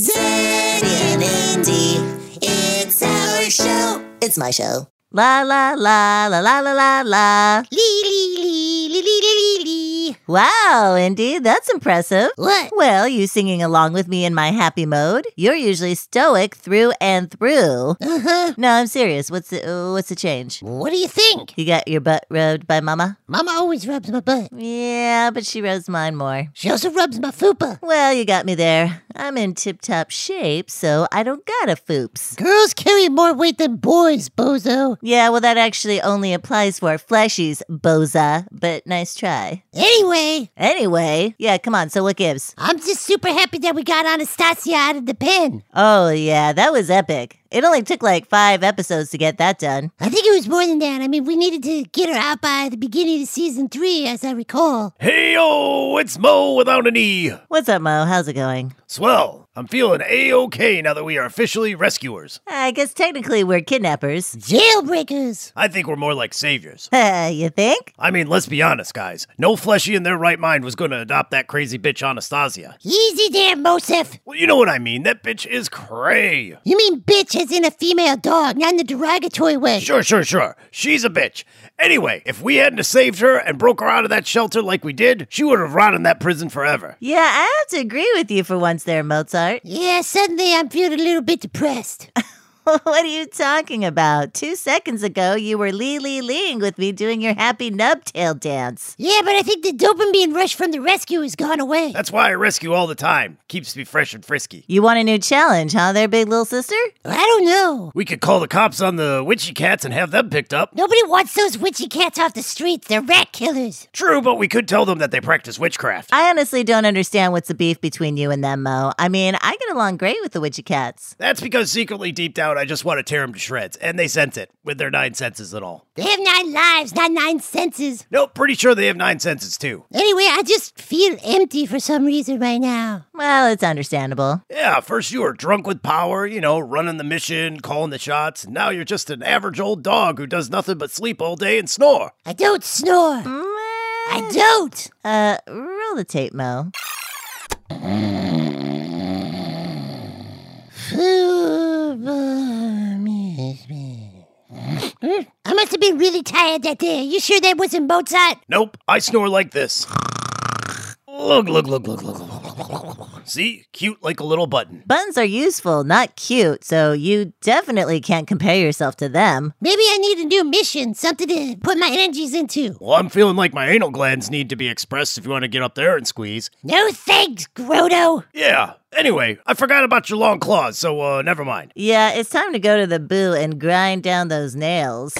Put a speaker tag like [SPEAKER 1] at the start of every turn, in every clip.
[SPEAKER 1] Zed and Andy, it's our show. It's my show.
[SPEAKER 2] La la la la la la la la.
[SPEAKER 1] Lee, lee, lee, lee, lee, lee, lee, lee.
[SPEAKER 2] Wow, Indy, that's impressive.
[SPEAKER 1] What?
[SPEAKER 2] Well, you singing along with me in my happy mode. You're usually stoic through and through.
[SPEAKER 1] Uh huh.
[SPEAKER 2] No, I'm serious. What's the uh, what's the change?
[SPEAKER 1] What do you think?
[SPEAKER 2] You got your butt rubbed by Mama?
[SPEAKER 1] Mama always rubs my butt.
[SPEAKER 2] Yeah, but she rubs mine more.
[SPEAKER 1] She also rubs my fupa.
[SPEAKER 2] Well, you got me there. I'm in tip-top shape, so I don't got a foops.
[SPEAKER 1] Girls carry more weight than boys, bozo.
[SPEAKER 2] Yeah, well, that actually only applies for fleshies, boza. But nice try.
[SPEAKER 1] Anyway,
[SPEAKER 2] Anyway, yeah, come on. So what gives?
[SPEAKER 1] I'm just super happy that we got Anastasia out of the pen.
[SPEAKER 2] Oh, yeah, that was epic. It only took like five episodes to get that done.
[SPEAKER 1] I think it was more than that. I mean, we needed to get her out by the beginning of season three, as I recall.
[SPEAKER 3] Hey yo, it's Mo without an E.
[SPEAKER 2] What's up, Mo? How's it going?
[SPEAKER 3] Swell, I'm feeling A OK now that we are officially rescuers.
[SPEAKER 2] I guess technically we're kidnappers.
[SPEAKER 1] Jailbreakers.
[SPEAKER 3] I think we're more like saviors.
[SPEAKER 2] you think?
[SPEAKER 3] I mean, let's be honest, guys. No fleshy in their right mind was gonna adopt that crazy bitch Anastasia.
[SPEAKER 1] Easy there, Mosef.
[SPEAKER 3] Well, you know what I mean. That bitch is cray.
[SPEAKER 1] You mean bitch as in a female dog, not in a derogatory way.
[SPEAKER 3] Sure, sure, sure. She's a bitch. Anyway, if we hadn't have saved her and broke her out of that shelter like we did, she would have rotted in that prison forever.
[SPEAKER 2] Yeah, I have to agree with you for once there, Mozart.
[SPEAKER 1] Yeah, suddenly I'm feeling a little bit depressed.
[SPEAKER 2] what are you talking about? Two seconds ago, you were lee lee leeing with me doing your happy nubtail dance.
[SPEAKER 1] yeah, but I think the dopamine rush from the rescue has gone away.
[SPEAKER 3] That's why I rescue all the time. Keeps me fresh and frisky.
[SPEAKER 2] You want a new challenge, huh, there, big little sister?
[SPEAKER 1] I don't know.
[SPEAKER 3] We could call the cops on the witchy cats and have them picked up.
[SPEAKER 1] Nobody wants those witchy cats off the streets. They're rat killers.
[SPEAKER 3] True, but we could tell them that they practice witchcraft.
[SPEAKER 2] I honestly don't understand what's the beef between you and them, Mo. I mean, I get along great with the witchy cats.
[SPEAKER 3] That's because secretly deep down I just want to tear them to shreds, and they sense it with their nine senses and all.
[SPEAKER 1] They have nine lives, not nine senses.
[SPEAKER 3] Nope, pretty sure they have nine senses too.
[SPEAKER 1] Anyway, I just feel empty for some reason right now.
[SPEAKER 2] Well, it's understandable.
[SPEAKER 3] Yeah, first you were drunk with power, you know, running the mission, calling the shots, and now you're just an average old dog who does nothing but sleep all day and snore.
[SPEAKER 1] I don't snore. I don't.
[SPEAKER 2] Uh, roll the tape, Mo.
[SPEAKER 1] I must have been really tired that day. You sure that wasn't Mozart?
[SPEAKER 3] Nope, I snore like this. Look, look, look, look, look, look. See? Cute like a little button.
[SPEAKER 2] Buttons are useful, not cute, so you definitely can't compare yourself to them.
[SPEAKER 1] Maybe I need a new mission, something to put my energies into.
[SPEAKER 3] Well, I'm feeling like my anal glands need to be expressed if you want to get up there and squeeze.
[SPEAKER 1] No thanks, Grodo.
[SPEAKER 3] Yeah. Anyway, I forgot about your long claws, so uh never mind.
[SPEAKER 2] Yeah, it's time to go to the boo and grind down those nails.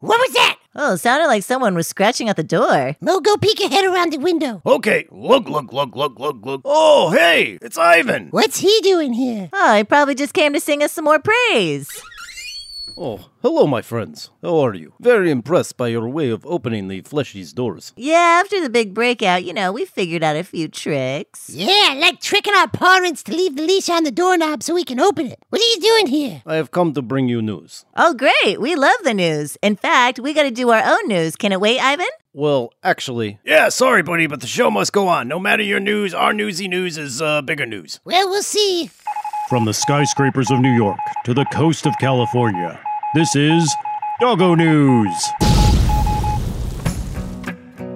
[SPEAKER 1] What was that?
[SPEAKER 2] Oh, it sounded like someone was scratching at the door.
[SPEAKER 1] Mo, go peek your head around the window.
[SPEAKER 3] Okay, look, look, look, look, look, look. Oh, hey, it's Ivan.
[SPEAKER 1] What's he doing here?
[SPEAKER 2] Oh, he probably just came to sing us some more praise.
[SPEAKER 4] Oh, hello, my friends. How are you? Very impressed by your way of opening the fleshy's doors.
[SPEAKER 2] Yeah, after the big breakout, you know, we figured out a few tricks.
[SPEAKER 1] Yeah, like tricking our parents to leave the leash on the doorknob so we can open it. What are you doing here?
[SPEAKER 4] I have come to bring you news.
[SPEAKER 2] Oh, great. We love the news. In fact, we got to do our own news. Can it wait, Ivan?
[SPEAKER 4] Well, actually,
[SPEAKER 3] Yeah, sorry, buddy, but the show must go on. No matter your news, our newsy news is uh, bigger news.
[SPEAKER 1] Well, we'll see.
[SPEAKER 5] From the skyscrapers of New York to the coast of California, this is Doggo News.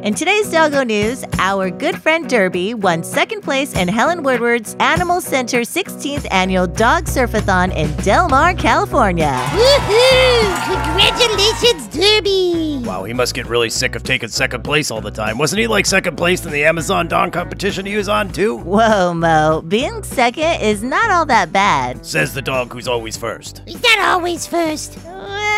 [SPEAKER 2] In today's Doggo News, our good friend Derby won second place in Helen Woodward's Animal Center 16th Annual Dog Surfathon in Del Mar, California.
[SPEAKER 1] Woohoo! Congratulations, Derby!
[SPEAKER 3] Wow, he must get really sick of taking second place all the time. Wasn't he like second place in the Amazon Don competition he was on, too?
[SPEAKER 2] Whoa, Mo, being second is not all that bad.
[SPEAKER 3] Says the dog who's always first.
[SPEAKER 1] He's not always first.
[SPEAKER 2] Well,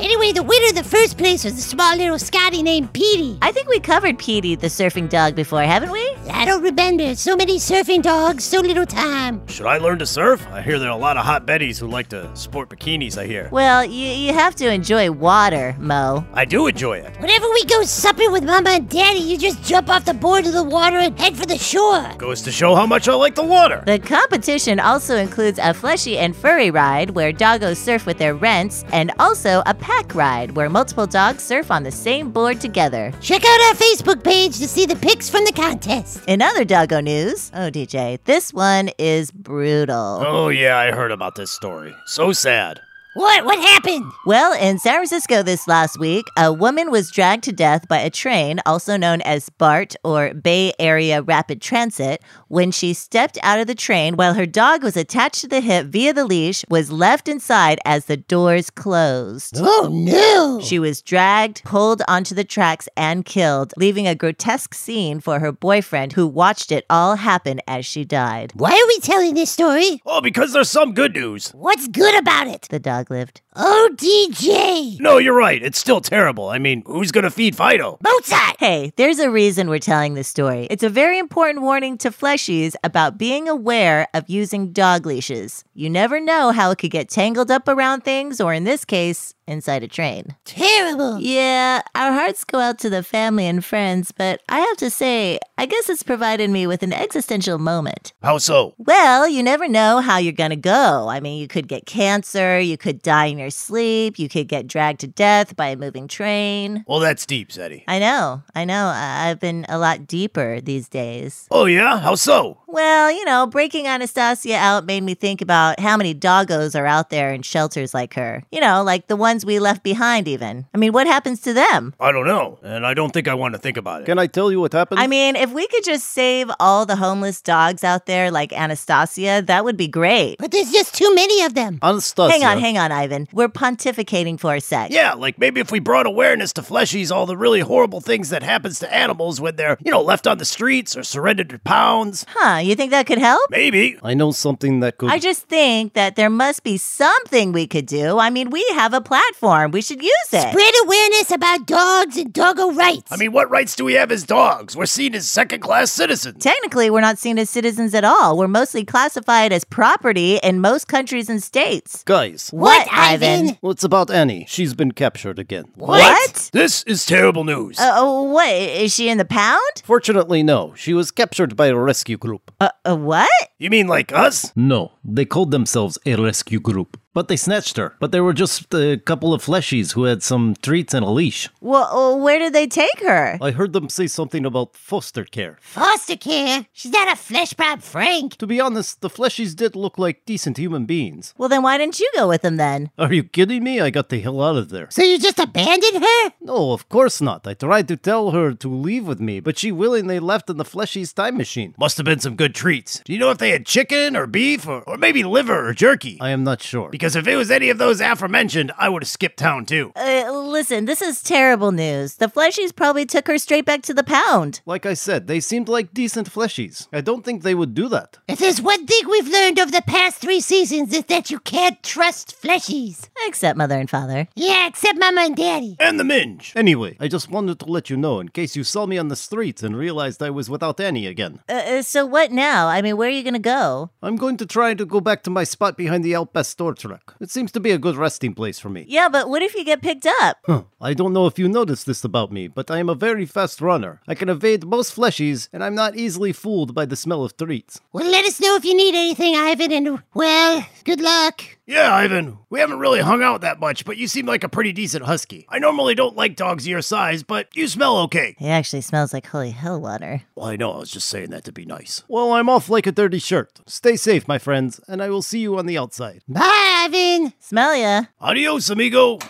[SPEAKER 1] Anyway, the winner of the first place was a small little Scotty named Petey.
[SPEAKER 2] I think we covered Petey, the surfing dog, before, haven't we?
[SPEAKER 1] I don't remember. So many surfing dogs, so little time.
[SPEAKER 3] Should I learn to surf? I hear there are a lot of hot Betties who like to sport bikinis, I hear.
[SPEAKER 2] Well, you, you have to enjoy water, Mo.
[SPEAKER 3] I do enjoy it.
[SPEAKER 1] Whenever we go supping with Mama and Daddy, you just jump off the board of the water and head for the shore.
[SPEAKER 3] Goes to show how much I like the water.
[SPEAKER 2] The competition also includes a fleshy and furry ride where doggos surf with their rents and also a pack ride where multiple dogs surf on the same board together.
[SPEAKER 1] Check out our Facebook page to see the pics from the contest.
[SPEAKER 2] In other doggo news, oh DJ, this one is brutal.
[SPEAKER 3] Oh, yeah, I heard about this story. So sad.
[SPEAKER 1] What? What happened?
[SPEAKER 2] Well, in San Francisco this last week, a woman was dragged to death by a train, also known as BART or Bay Area Rapid Transit, when she stepped out of the train while her dog was attached to the hip via the leash, was left inside as the doors closed.
[SPEAKER 1] Oh no!
[SPEAKER 2] She was dragged, pulled onto the tracks, and killed, leaving a grotesque scene for her boyfriend, who watched it all happen as she died.
[SPEAKER 1] Why are we telling this story?
[SPEAKER 3] Oh, because there's some good news.
[SPEAKER 1] What's good about it?
[SPEAKER 2] The dog lived.
[SPEAKER 1] Oh, DJ!
[SPEAKER 3] No, you're right. It's still terrible. I mean, who's going to feed Fido?
[SPEAKER 1] Mozart!
[SPEAKER 2] Hey, there's a reason we're telling this story. It's a very important warning to fleshies about being aware of using dog leashes. You never know how it could get tangled up around things, or in this case, inside a train.
[SPEAKER 1] Terrible!
[SPEAKER 2] Yeah, our hearts go out to the family and friends, but I have to say, I guess it's provided me with an existential moment.
[SPEAKER 3] How so?
[SPEAKER 2] Well, you never know how you're going to go. I mean, you could get cancer, you could die in your sleep, you could get dragged to death by a moving train.
[SPEAKER 3] Well, that's deep, Zeddy.
[SPEAKER 2] I know, I know, I- I've been a lot deeper these days.
[SPEAKER 3] Oh, yeah? How so?
[SPEAKER 2] Well, you know, breaking Anastasia out made me think about how many doggos are out there in shelters like her. You know, like the ones we left behind, even. I mean, what happens to them?
[SPEAKER 3] I don't know. And I don't think I want to think about it.
[SPEAKER 4] Can I tell you what happened?
[SPEAKER 3] Um,
[SPEAKER 2] I mean, if we could just save all the homeless dogs out there like Anastasia, that would be great.
[SPEAKER 1] But there's just too many of them.
[SPEAKER 4] Anastasia.
[SPEAKER 2] Hang on, hang on, Ivan. We're pontificating for a sec.
[SPEAKER 3] yeah, like maybe if we brought awareness to fleshies all the really horrible things that happens to animals when they're, you know, left on the streets or surrendered to pounds.
[SPEAKER 2] Huh, you think that could help?
[SPEAKER 3] Maybe.
[SPEAKER 4] I know something that could.
[SPEAKER 2] I just think that there must be something we could do. I mean, we have a platform. We should use it.
[SPEAKER 1] Spread awareness about dogs and doggo rights.
[SPEAKER 3] I mean, what rights do we have as dogs? We're seen as second class citizens.
[SPEAKER 2] Technically, we're not seen as citizens at all. We're mostly classified as property in most countries and states.
[SPEAKER 4] Guys,
[SPEAKER 1] what, Ivan?
[SPEAKER 4] well, it's about Annie. She's been captured again.
[SPEAKER 2] What?
[SPEAKER 3] This is terrible news.
[SPEAKER 2] Uh, oh, what? Is she in the pound?
[SPEAKER 4] Fortunately, no. She was captured by a rescue group.
[SPEAKER 2] Uh, uh, what?
[SPEAKER 3] you mean like us?
[SPEAKER 4] No, they called themselves a rescue group. But they snatched her. But there were just a couple of fleshies who had some treats and a leash.
[SPEAKER 2] Well, uh, where did they take her?
[SPEAKER 4] I heard them say something about foster care.
[SPEAKER 1] Foster care? She's not a flesh pop, Frank.
[SPEAKER 4] To be honest, the fleshies did look like decent human beings.
[SPEAKER 2] Well, then why didn't you go with them then?
[SPEAKER 4] Are you kidding me? I got the hell out of there.
[SPEAKER 1] So you just abandoned her?
[SPEAKER 4] No, of course not. I tried to tell her to leave with me, but she willingly left in the fleshies' time machine.
[SPEAKER 3] Must have been some good treats. Do you know if they had chicken or beef or, or maybe liver or jerky?
[SPEAKER 4] I am not sure.
[SPEAKER 3] Because if it was any of those aforementioned, I would have skipped town too.
[SPEAKER 2] Uh, listen, this is terrible news. The fleshies probably took her straight back to the pound.
[SPEAKER 4] Like I said, they seemed like decent fleshies. I don't think they would do that.
[SPEAKER 1] If there's one thing we've learned over the past three seasons, it's that you can't trust fleshies.
[SPEAKER 2] Except mother and father.
[SPEAKER 1] Yeah, except Mama and Daddy.
[SPEAKER 3] And the minge.
[SPEAKER 4] Anyway, I just wanted to let you know in case you saw me on the streets and realized I was without Annie again.
[SPEAKER 2] Uh, Uh, so what now? I mean, where are you going to go?
[SPEAKER 4] I'm going to try to go back to my spot behind the El Pastor truck. It seems to be a good resting place for me.
[SPEAKER 2] Yeah, but what if you get picked up?
[SPEAKER 4] Huh. I don't know if you noticed this about me, but I am a very fast runner. I can evade most fleshies, and I'm not easily fooled by the smell of treats.
[SPEAKER 1] Well, let us know if you need anything, Ivan, and, well, good luck.
[SPEAKER 3] Yeah, Ivan, we haven't really hung out that much, but you seem like a pretty decent husky. I normally don't like dogs your size, but you smell okay.
[SPEAKER 2] It actually smells like holy hell water.
[SPEAKER 3] Well, I know, I was just saying that to be nice.
[SPEAKER 4] Well, I'm off like a dirty shirt. Stay safe, my friends, and I will see you on the outside.
[SPEAKER 1] Bye, Ivan.
[SPEAKER 2] Smell ya?
[SPEAKER 3] Adios, amigo.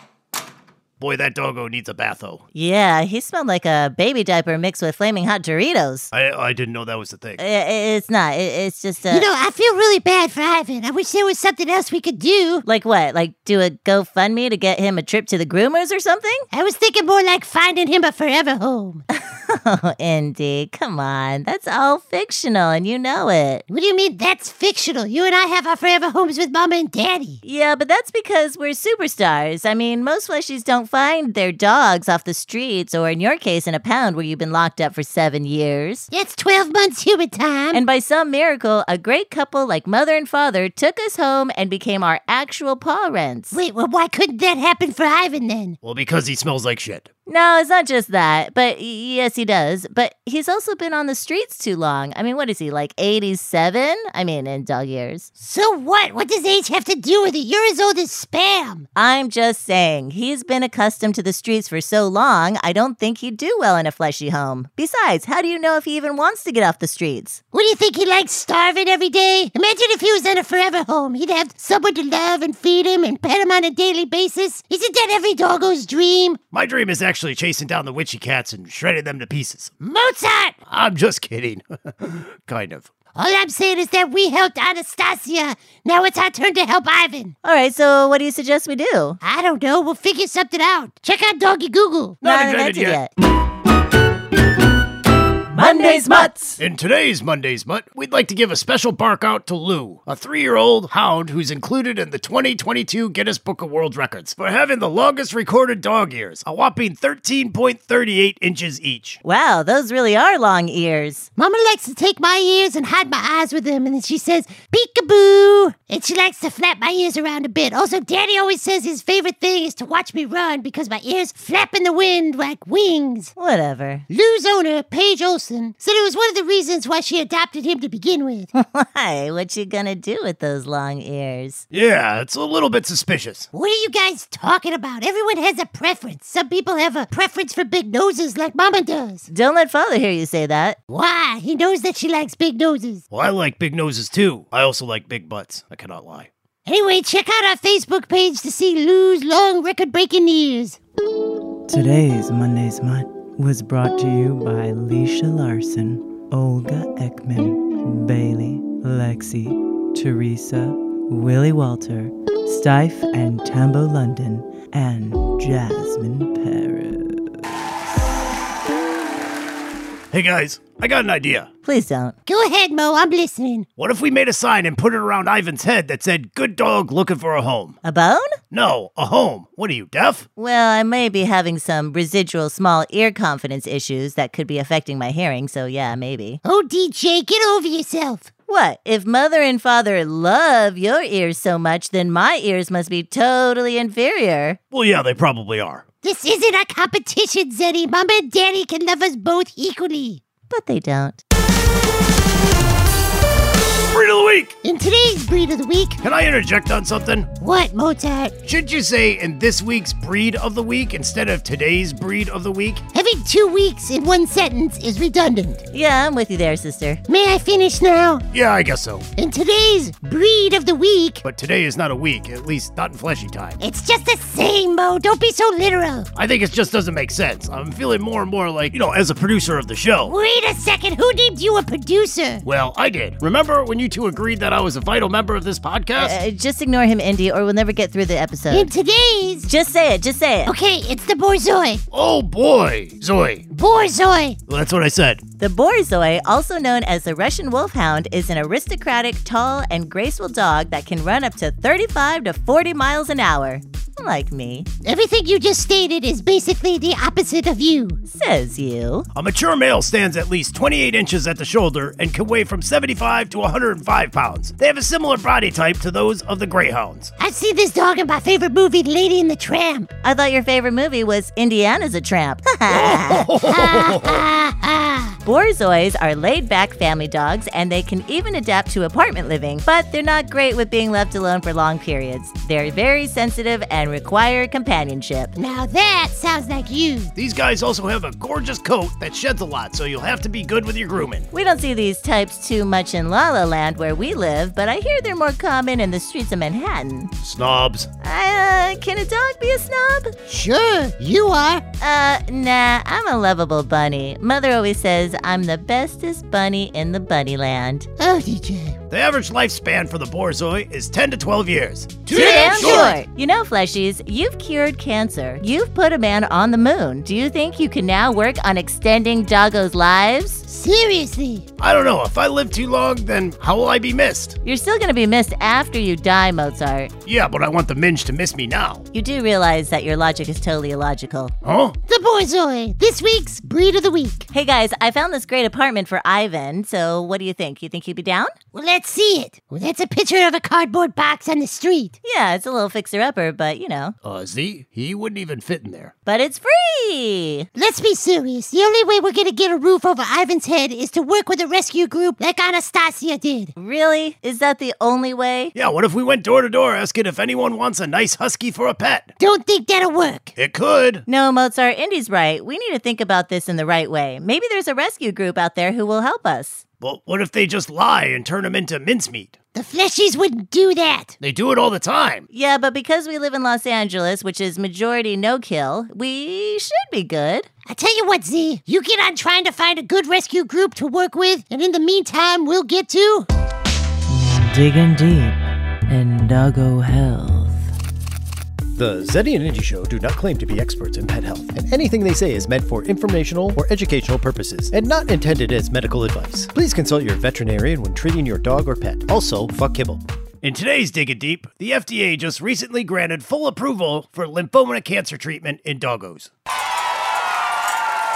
[SPEAKER 3] Boy, that doggo needs a bath, though.
[SPEAKER 2] Yeah, he smelled like a baby diaper mixed with flaming hot Doritos.
[SPEAKER 3] I, I didn't know that was the thing.
[SPEAKER 2] I- I- it's not. I- it's just a.
[SPEAKER 1] You know, I feel really bad for Ivan. I wish there was something else we could do.
[SPEAKER 2] like what? Like do a GoFundMe to get him a trip to the groomers or something?
[SPEAKER 1] I was thinking more like finding him a forever home.
[SPEAKER 2] Oh, Indy, come on. That's all fictional and you know it.
[SPEAKER 1] What do you mean that's fictional? You and I have our forever homes with Mama and Daddy.
[SPEAKER 2] Yeah, but that's because we're superstars. I mean, most fleshies don't find their dogs off the streets or, in your case, in a pound where you've been locked up for seven years.
[SPEAKER 1] That's 12 months human time.
[SPEAKER 2] And by some miracle, a great couple like mother and father took us home and became our actual parents.
[SPEAKER 1] Wait, well, why couldn't that happen for Ivan then?
[SPEAKER 3] Well, because he smells like shit.
[SPEAKER 2] No, it's not just that, but y- yes, he does. But he's also been on the streets too long. I mean, what is he, like 87? I mean, in dog years.
[SPEAKER 1] So what? What does age have to do with it? You're as old as spam.
[SPEAKER 2] I'm just saying, he's been accustomed to the streets for so long, I don't think he'd do well in a fleshy home. Besides, how do you know if he even wants to get off the streets?
[SPEAKER 1] What do you think he likes starving every day? Imagine if he was in a forever home. He'd have someone to love and feed him and pet him on a daily basis. Isn't that every doggo's dream?
[SPEAKER 3] My dream is actually chasing down the witchy cats and shredding them to pieces.
[SPEAKER 1] Mozart!
[SPEAKER 3] I'm just kidding. kind of.
[SPEAKER 1] All I'm saying is that we helped Anastasia. Now it's our turn to help Ivan.
[SPEAKER 2] All right, so what do you suggest we do?
[SPEAKER 1] I don't know. We'll figure something out. Check out Doggy Google.
[SPEAKER 3] Not invented
[SPEAKER 2] Monday's Mutts!
[SPEAKER 3] In today's Monday's Mutt, we'd like to give a special bark out to Lou, a three year old hound who's included in the 2022 Guinness Book of World Records for having the longest recorded dog ears, a whopping 13.38 inches each.
[SPEAKER 2] Wow, those really are long ears.
[SPEAKER 1] Mama likes to take my ears and hide my eyes with them, and then she says, peekaboo. And she likes to flap my ears around a bit. Also, Daddy always says his favorite thing is to watch me run because my ears flap in the wind like wings.
[SPEAKER 2] Whatever.
[SPEAKER 1] Lou's owner, Paige Olson, said it was one of the reasons why she adopted him to begin with.
[SPEAKER 2] Why? What you gonna do with those long ears?
[SPEAKER 3] Yeah, it's a little bit suspicious.
[SPEAKER 1] What are you guys talking about? Everyone has a preference. Some people have a preference for big noses like Mama does.
[SPEAKER 2] Don't let father hear you say that.
[SPEAKER 1] Why? He knows that she likes big noses.
[SPEAKER 3] Well, I like big noses too. I also like big butts. I cannot lie.
[SPEAKER 1] Anyway, check out our Facebook page to see Lou's long record breaking ears.
[SPEAKER 6] Today's Monday's Mutt was brought to you by Leisha Larson, Olga Ekman, Bailey, Lexi, Teresa, Willie Walter, Stife and Tambo London, and Jasmine Paris.
[SPEAKER 3] Hey guys, I got an idea.
[SPEAKER 2] Please don't.
[SPEAKER 1] Go ahead, Mo. I'm listening.
[SPEAKER 3] What if we made a sign and put it around Ivan's head that said, Good dog looking for a home?
[SPEAKER 2] A bone?
[SPEAKER 3] No, a home. What are you, deaf?
[SPEAKER 2] Well, I may be having some residual small ear confidence issues that could be affecting my hearing, so yeah, maybe.
[SPEAKER 1] Oh, DJ, get over yourself.
[SPEAKER 2] What? If mother and father love your ears so much, then my ears must be totally inferior.
[SPEAKER 3] Well, yeah, they probably are.
[SPEAKER 1] This isn't a competition, Zenny. Mama and Daddy can love us both equally.
[SPEAKER 2] But they don't.
[SPEAKER 3] Breed of the week!
[SPEAKER 1] In today's breed of the week,
[SPEAKER 3] Can I interject on something?
[SPEAKER 1] what, Mozart?
[SPEAKER 3] Should you say in this week's breed of the week instead of today's breed of the week?
[SPEAKER 1] Having two weeks in one sentence is redundant.
[SPEAKER 2] Yeah, I'm with you there, sister.
[SPEAKER 1] May I finish now?
[SPEAKER 3] Yeah, I guess so.
[SPEAKER 1] In today's breed of the week,
[SPEAKER 3] But today is not a week, at least not in fleshy time.
[SPEAKER 1] It's just the same, Mo. Don't be so literal.
[SPEAKER 3] I think it just doesn't make sense. I'm feeling more and more like, you know, as a producer of the show.
[SPEAKER 1] Wait a second. Who named you a producer?
[SPEAKER 3] Well, I did. Remember when you two agreed that I was a vital member of this podcast?
[SPEAKER 2] Uh, just ignore him, Indy, or we'll never get through the
[SPEAKER 1] In
[SPEAKER 2] episode.
[SPEAKER 1] today's.
[SPEAKER 2] Just say it, just say it.
[SPEAKER 1] Okay, it's the Borzoi.
[SPEAKER 3] Oh boy, Zoe.
[SPEAKER 1] Borzoi.
[SPEAKER 3] Well, that's what I said.
[SPEAKER 2] The Borzoi, also known as the Russian Wolfhound, is an aristocratic, tall, and graceful dog that can run up to 35 to 40 miles an hour. Like me,
[SPEAKER 1] Everything you just stated is basically the opposite of you.
[SPEAKER 2] says you.
[SPEAKER 3] A mature male stands at least 28 inches at the shoulder and can weigh from 75 to 105 pounds. They have a similar body type to those of the greyhounds.
[SPEAKER 1] I've seen this dog in my favorite movie, Lady in the Tramp.
[SPEAKER 2] I thought your favorite movie was Indiana's a Tramp.
[SPEAKER 1] Ah, ah.
[SPEAKER 2] Borzois are laid back family dogs and they can even adapt to apartment living, but they're not great with being left alone for long periods. They're very sensitive and require companionship.
[SPEAKER 1] Now that sounds like you.
[SPEAKER 3] These guys also have a gorgeous coat that sheds a lot, so you'll have to be good with your grooming.
[SPEAKER 2] We don't see these types too much in La La Land where we live, but I hear they're more common in the streets of Manhattan.
[SPEAKER 3] Snobs.
[SPEAKER 2] Uh, can a dog be a snob?
[SPEAKER 1] Sure, you are.
[SPEAKER 2] Uh, nah, I'm a lovable bunny. Mother always says I'm the bestest bunny in the bunny land.
[SPEAKER 1] Oh, DJ.
[SPEAKER 3] The average lifespan for the Borzoi is 10 to 12 years. Too
[SPEAKER 2] You know, fleshies, you've cured cancer. You've put a man on the moon. Do you think you can now work on extending doggos' lives?
[SPEAKER 1] Seriously.
[SPEAKER 3] I don't know. If I live too long, then how will I be missed?
[SPEAKER 2] You're still gonna be missed after you die, Mozart.
[SPEAKER 3] Yeah, but I want the Minge to miss me now.
[SPEAKER 2] You do realize that your logic is totally illogical.
[SPEAKER 3] Huh?
[SPEAKER 1] The Borzoi. This week's breed of the week.
[SPEAKER 2] Hey guys, I found this great apartment for Ivan, so what do you think? You think he'd be down?
[SPEAKER 1] Well, let's can't see it. Well, that's a picture of a cardboard box on the street.
[SPEAKER 2] Yeah, it's a little fixer upper, but you know.
[SPEAKER 3] Uh, Z, he wouldn't even fit in there.
[SPEAKER 2] But it's free.
[SPEAKER 1] Let's be serious. The only way we're gonna get a roof over Ivan's head is to work with a rescue group like Anastasia did.
[SPEAKER 2] Really? Is that the only way?
[SPEAKER 3] Yeah, what if we went door to door asking if anyone wants a nice husky for a pet?
[SPEAKER 1] Don't think that'll work.
[SPEAKER 3] It could.
[SPEAKER 2] No, Mozart, Indy's right. We need to think about this in the right way. Maybe there's a rescue group out there who will help us.
[SPEAKER 3] But what if they just lie and turn him into mincemeat?
[SPEAKER 1] The fleshies wouldn't do that.
[SPEAKER 3] They do it all the time.
[SPEAKER 2] Yeah, but because we live in Los Angeles, which is majority no kill, we should be good.
[SPEAKER 1] I tell you what, Z, you get on trying to find a good rescue group to work with, and in the meantime, we'll get to.
[SPEAKER 6] Digging deep in doggo health.
[SPEAKER 4] The Zeddy and Indy Show do not claim to be experts in pet health, and anything they say is meant for informational or educational purposes and not intended as medical advice. Please consult your veterinarian when treating your dog or pet. Also, fuck kibble.
[SPEAKER 3] In today's Digging Deep, the FDA just recently granted full approval for lymphoma cancer treatment in doggos.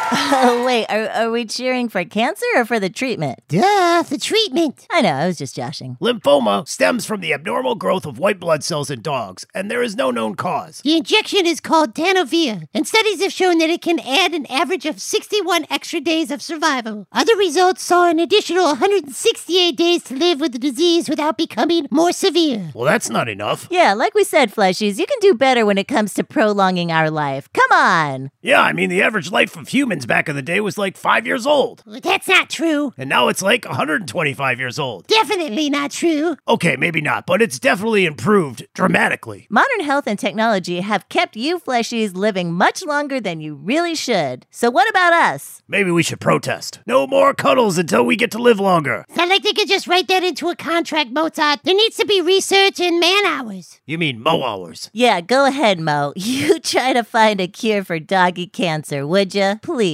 [SPEAKER 2] Oh, wait, are, are we cheering for cancer or for the treatment?
[SPEAKER 1] Duh, the treatment.
[SPEAKER 2] I know, I was just joshing.
[SPEAKER 3] Lymphoma stems from the abnormal growth of white blood cells in dogs, and there is no known cause.
[SPEAKER 1] The injection is called Tanovir, and studies have shown that it can add an average of 61 extra days of survival. Other results saw an additional 168 days to live with the disease without becoming more severe.
[SPEAKER 3] Well, that's not enough.
[SPEAKER 2] Yeah, like we said, fleshies, you can do better when it comes to prolonging our life. Come on.
[SPEAKER 3] Yeah, I mean, the average life of humans back in the day was like five years old,
[SPEAKER 1] Well, That's not true.
[SPEAKER 3] and now it's like 125 years old.
[SPEAKER 1] Definitely not true.
[SPEAKER 3] Okay, maybe not, but it's definitely improved dramatically.
[SPEAKER 2] Modern health and technology have kept you fleshies living much longer than you really should. So, what about us?
[SPEAKER 3] Maybe we should protest. No more cuddles until we get to live longer.
[SPEAKER 1] Sound like they could just write that into a contract, Mozart. There needs to be research and man hours.
[SPEAKER 3] You mean mo hours?
[SPEAKER 2] Yeah, go ahead, Mo. You try to find a cure for doggy cancer, would ya? Please.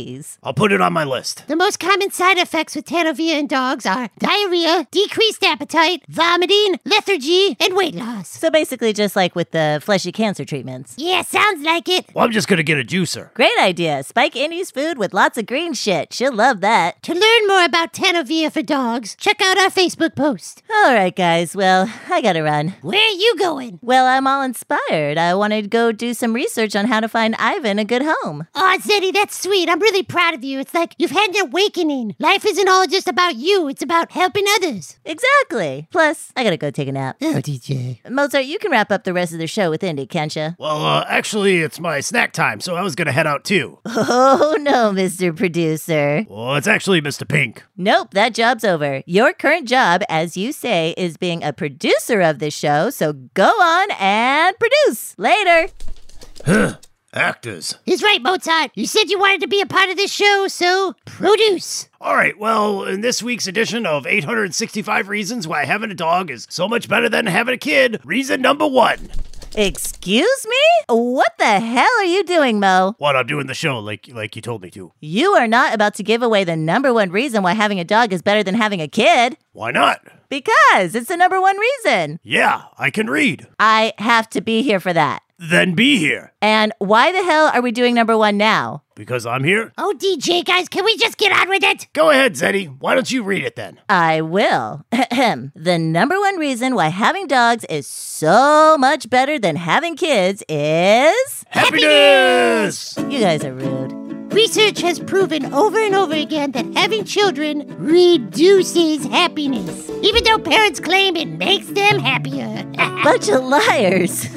[SPEAKER 3] I'll put it on my list.
[SPEAKER 1] The most common side effects with Tanovir in dogs are diarrhea, decreased appetite, vomiting, lethargy, and weight loss.
[SPEAKER 2] So, basically, just like with the fleshy cancer treatments.
[SPEAKER 1] Yeah, sounds like it.
[SPEAKER 3] Well, I'm just gonna get a juicer.
[SPEAKER 2] Great idea. Spike Indy's food with lots of green shit. She'll love that.
[SPEAKER 1] To learn more about Tanovir for dogs, check out our Facebook post.
[SPEAKER 2] All right, guys. Well, I gotta run.
[SPEAKER 1] Where are you going?
[SPEAKER 2] Well, I'm all inspired. I want to go do some research on how to find Ivan a good home.
[SPEAKER 1] Aw, Zeddy, that's sweet. I'm really proud of you. It's like you've had an awakening. Life isn't all just about you, it's about helping others.
[SPEAKER 2] Exactly. Plus, I gotta go take a nap.
[SPEAKER 1] Oh, DJ.
[SPEAKER 2] Mozart, you can wrap up the rest of the show with Indy, can't you?
[SPEAKER 3] Well, uh, actually, it's my snack time, so I was gonna head out too.
[SPEAKER 2] Oh no, Mr. Producer.
[SPEAKER 3] Well, it's actually Mr. Pink.
[SPEAKER 2] Nope, that job's over. Your current job, as you say, is being a producer of this show, so go on and produce. Later.
[SPEAKER 3] Actors.
[SPEAKER 1] He's right, Mozart. You said you wanted to be a part of this show, so produce.
[SPEAKER 3] All right, well, in this week's edition of 865 Reasons Why Having a Dog is So Much Better Than Having a Kid, reason number one.
[SPEAKER 2] Excuse me? What the hell are you doing, Mo?
[SPEAKER 3] What I'm doing the show like like you told me to.
[SPEAKER 2] You are not about to give away the number one reason why having a dog is better than having a kid.
[SPEAKER 3] Why not?
[SPEAKER 2] Because it's the number one reason.
[SPEAKER 3] Yeah, I can read.
[SPEAKER 2] I have to be here for that.
[SPEAKER 3] Then be here.
[SPEAKER 2] And why the hell are we doing number one now?
[SPEAKER 3] Because I'm here.
[SPEAKER 1] Oh, DJ, guys, can we just get on with it?
[SPEAKER 3] Go ahead, Zeddy. Why don't you read it then?
[SPEAKER 2] I will. the number one reason why having dogs is so much better than having kids is.
[SPEAKER 3] Happiness!
[SPEAKER 2] You guys are rude.
[SPEAKER 1] Research has proven over and over again that having children reduces happiness, even though parents claim it makes them happier.
[SPEAKER 2] Bunch of liars.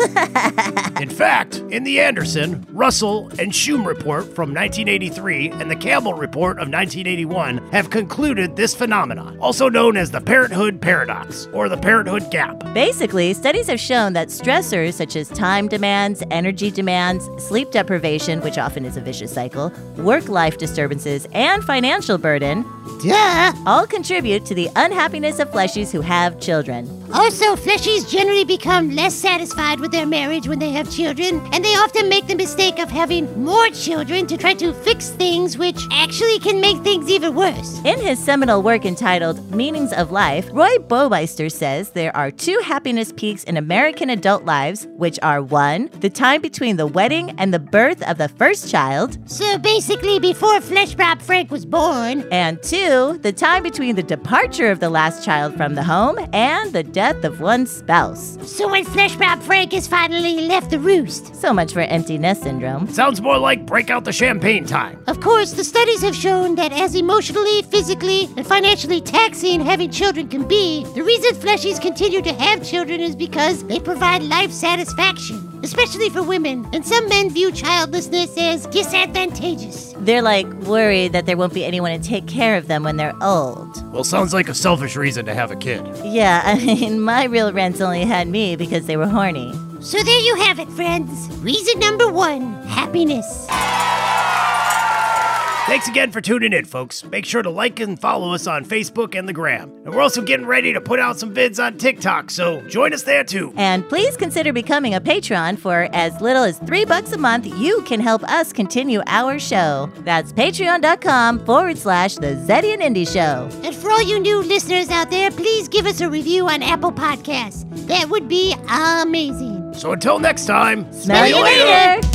[SPEAKER 3] In fact, in the Anderson, Russell, and Schum report from 1983 and the Campbell report of 1981 have concluded this phenomenon, also known as the parenthood paradox or the parenthood gap.
[SPEAKER 2] Basically, studies have shown that stressors such as time demands, energy demands, sleep deprivation, which often is a vicious cycle, work life disturbances, and financial burden
[SPEAKER 1] Duh!
[SPEAKER 2] all contribute to the unhappiness of fleshies who have children.
[SPEAKER 1] Also, fleshies generally become less satisfied with their marriage when they have children, and they often make the mistake of having more children to try to fix things, which actually can make things even worse.
[SPEAKER 2] In his seminal work entitled Meanings of Life, Roy Baumeister says there are two happiness peaks in American adult lives, which are one, the time between the wedding and the birth of the first child,
[SPEAKER 1] So basically, before Flesh Rob Frank was born,
[SPEAKER 2] and two, the time between the departure of the last child from the home and the death of one spouse.
[SPEAKER 1] so when Flesh Rob Frank has finally left the roost.
[SPEAKER 2] So much for empty nest syndrome.
[SPEAKER 3] Sounds more like break out the champagne time.
[SPEAKER 1] Of course, the studies have shown that as emotionally, physically, and financially taxing having children can be, the reason fleshies continue to have children is because they provide life satisfaction, especially for women. And some men view childlessness as disadvantageous.
[SPEAKER 2] They're like worried that there won't be anyone to take care of them when they're old.
[SPEAKER 3] Well, sounds like a selfish reason to have a kid.
[SPEAKER 2] Yeah, I mean, my real rents only had me because they were horny.
[SPEAKER 1] So there you have it, friends. Reason number one happiness.
[SPEAKER 3] Thanks again for tuning in, folks. Make sure to like and follow us on Facebook and the gram. And we're also getting ready to put out some vids on TikTok, so join us there too.
[SPEAKER 2] And please consider becoming a patron for as little as three bucks a month. You can help us continue our show. That's patreon.com forward slash the Zeddy and Indy Show.
[SPEAKER 1] And for all you new listeners out there, please give us a review on Apple Podcasts. That would be amazing.
[SPEAKER 3] So until next time,
[SPEAKER 2] Smell you later.